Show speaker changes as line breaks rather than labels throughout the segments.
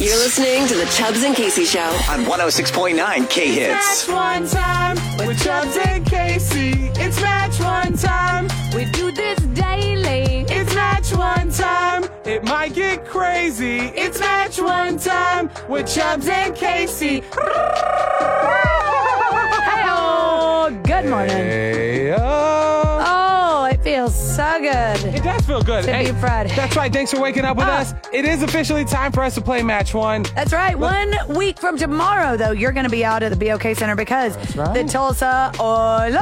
You're listening to the Chubbs and Casey Show.
on 106.9 K Hits.
Match one time with Chubbs and Casey. It's match one time.
We do this daily.
It's match one time. It might get crazy. It's match one time with Chubbs and Casey.
Hey-oh. Good morning.
Hey, oh.
Oh, it feels so good.
It does feel good.
To
hey,
be Friday.
That's right. Thanks for waking up with
Ah.
us. It is officially time for us to play match one.
That's right. One week from tomorrow, though, you're going to be out at the BOK Center because
right.
the Tulsa Oilers,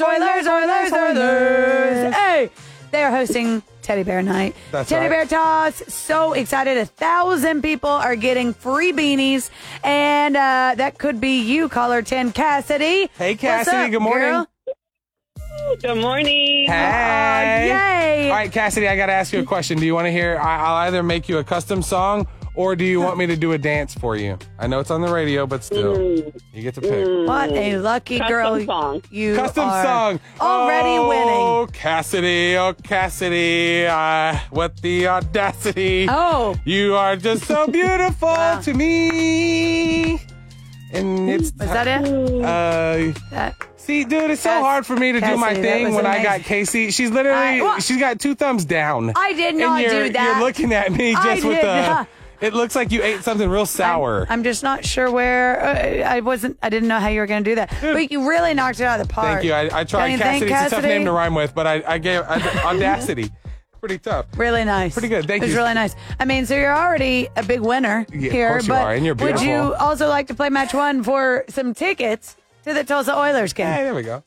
Oilers, Oilers, Oilers. Hey, they are hosting Teddy Bear Night.
That's
Teddy
right.
Bear Toss. So excited. A thousand people are getting free beanies. And uh, that could be you, caller 10 Cassidy.
Hey,
What's
Cassidy,
up,
good morning.
girl?
Good morning.
Hey.
yay.
All right, Cassidy, I got to ask you a question. Do you want to hear? I, I'll either make you a custom song or do you want me to do a dance for you? I know it's on the radio, but still,
Mm.
you get to pick.
What a lucky
Custom
girl
song.
you
Custom
are.
song.
Already
oh,
winning.
Cassidy, oh, Cassidy, uh, what the audacity.
Oh.
You are just so beautiful to me. And it's.
Was that it?
Uh,
That-
see, dude, it's so
Cass-
hard for me to do my
Cassidy, that
thing
was
when I
amazing.
got Casey. She's literally,
I- well-
she's got two thumbs down.
I did
And
not
you're-
do that.
You're looking at me
I
just with
did
the.
not.
It looks like you ate something real sour.
I'm just not sure where uh, I wasn't. I didn't know how you were going to do that. But you really knocked it out of the park.
Thank you. I, I tried.
Don't you think,
Cassidy's a tough
Cassidy?
name to rhyme with, but I, I gave I, audacity. Pretty tough.
Really nice.
Pretty good. Thank
it was
you.
really nice. I mean, so you're already a big winner
Yeah, of
here.
course you
but
are, and you're
would you
beautiful.
also like to play match one for some tickets to the Tulsa Oilers game?
Hey, there we go.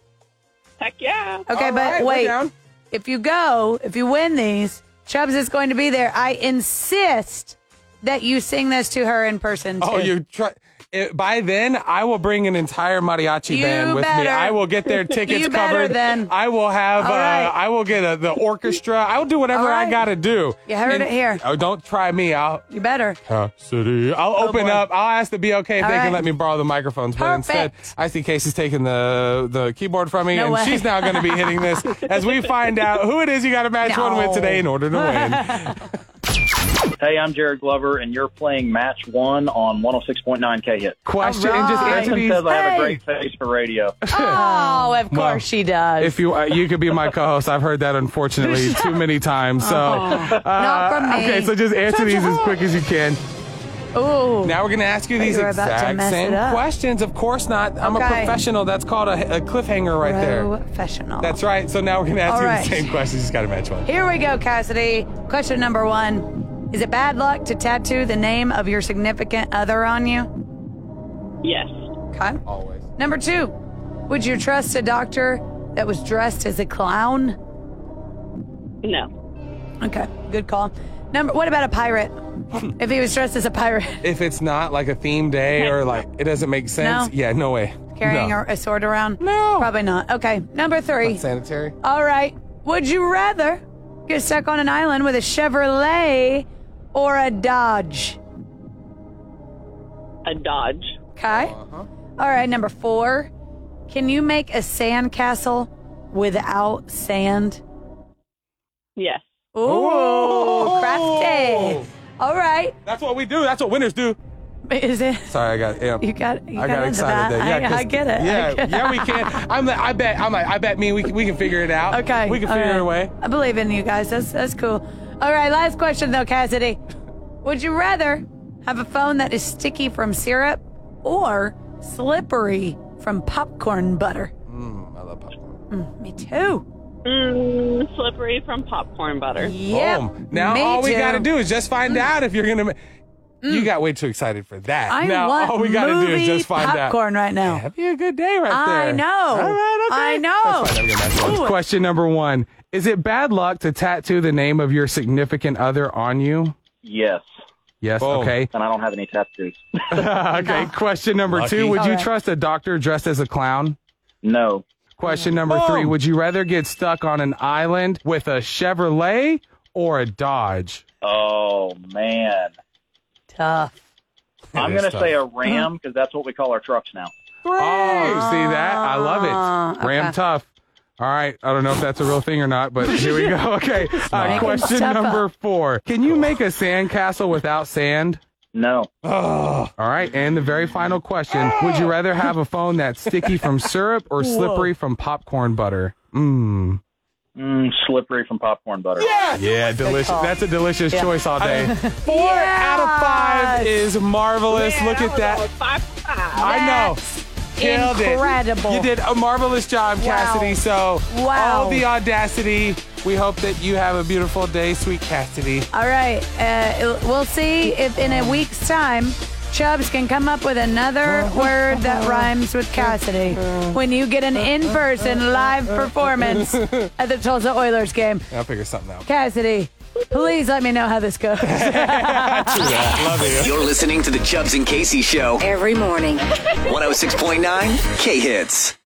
Heck yeah.
Okay,
All
but
right, we're
wait.
down.
If you go, if you win these, Chubbs is going to be there. I insist that you sing this to her in person. Too.
Oh, you try. It, by then, I will bring an entire mariachi
You
band with me.
better.
I will get their tickets
You better
covered.
then.
I will have.
All right.
Uh, I will get uh the orchestra. I will do whatever
All
I
right.
gotta do.
You heard
And-
it here.
Oh, don't try me. I'll.
You better.
Cassidy. I'll open
Oh, boy.
up. I'll ask the BOK if they
All
can
right.
let me borrow the microphones. But instead,
Perfect.
I see Casey's taking the the keyboard from me,
No
and
way.
she's now going to be hitting this as we find out who it is you got to match one with
No.
today in order to win.
Hey, I'm Jared Glover, and you're playing match one oh on 106.9 K Hit.
Question
All
and just
right.
answer
Kristen
these.
says I have
Hey.
a great face for radio.
Oh, of course
Well,
she does.
If you uh, you could be my co-host, I've heard that unfortunately too many times. So
Oh,
uh,
Not from me.
okay, so just answer these as quick as you can.
Ooh.
Now we're gonna ask you these
you were about to
exact
mess
same
it up.
questions. Of course not. I'm a
Okay.
professional. That's called a, a cliffhanger right there.
Professional.
That's right. So now we're gonna ask
All
you
right.
the same questions. You just gotta match one.
Here we go, Cassidy. Question number one Is it bad luck to tattoo the name of your significant other on you?
Yes.
Okay.
Always.
Number two Would you trust a doctor that was dressed as a clown?
No.
Okay, good call. Number, what about a pirate? if he was dressed as a pirate,
If it's not like a theme day or like it doesn't make sense,
No.
yeah, no way.
carrying
no.
a, a sword around?
No.
Probably not. Okay, number three.
sanitary.
All right. Would you rather get stuck on an island with a Chevrolet or a Dodge?
A Dodge.
Okay.
Uh-huh.
All right, number four. Can you make a sandcastle without sand?
Yes.
Ooh,
Ooh.
crafty. All right.
That's what we do. That's what winners do.
Is it?
Sorry, I got amped.
You got, you
I got
into that.
excited there. Yeah,
I, I
'cause-
get it. I
Yeah,
get it.
yeah, we can. I'm. Like, I bet. I'm like. I bet me. We can. We can figure it out.
Okay.
We can
all
figure it
right.
a way.
I believe in you guys. That's, that's cool. All right, last question though, Cassidy. Would you rather have a phone that is sticky from syrup or slippery from popcorn butter?
Mm, I love popcorn.
Me too.
Mm, slippery from popcorn butter.
Yep.
Boom. Now
me
all we
too. Mm.
gotta do is just find out if you're gonna. ma- You got way too excited for that.
I
now
want
all we gotta do
movie
is just find
popcorn
out.
right now.
That'd be a good day right there.
I know.
All right. Okay.
I know.
That's fine. I'm gonna match one.
Ooh.
Question number one: Is it bad luck to tattoo the name of your significant other on you?
Yes,
Yes. Okay.
and I don't have any tattoos.
okay. Question number two: Would you
Alright.
trust a doctor dressed as a clown?
no,
Mm.
Question number three Would you rather get stuck on an island with a Chevrolet or a Dodge?
oh man,
Tough.
I'm
is
gonna
tough.
say a Ram because that's what we call our trucks now.
Oh, see that? I love it. Ram
Ah. okay.
tough. All right. I don't know if that's a real thing or not, but here we go. Okay. Uh,
Making
question
stuff
number four Can you make a sandcastle without sand?
No.
All right, and the very final question: Would you rather have a phone that's sticky from syrup or slippery from popcorn butter? Mmm.
Mm, slippery from popcorn butter.
Yeah, delicious. That's a delicious choice all day. Four out of five is marvelous.
Yeah,
Look at that.
was Five, five.
I know.
That's
Killed it.
incredible.
You did a marvelous job, Cassidy. So,
Wow.
all the audacity. We hope that you have a beautiful day, sweet Cassidy.
All right. Uh, we'll see if in a week's time, Chubbs can come up with another word that rhymes with Cassidy when you get an in person live performance at the Tulsa Oilers game.
I'll figure something out.
Cassidy, please let me know how this goes.
You're listening to the Chubbs and Casey Show,
every morning.
106.9 K Hits.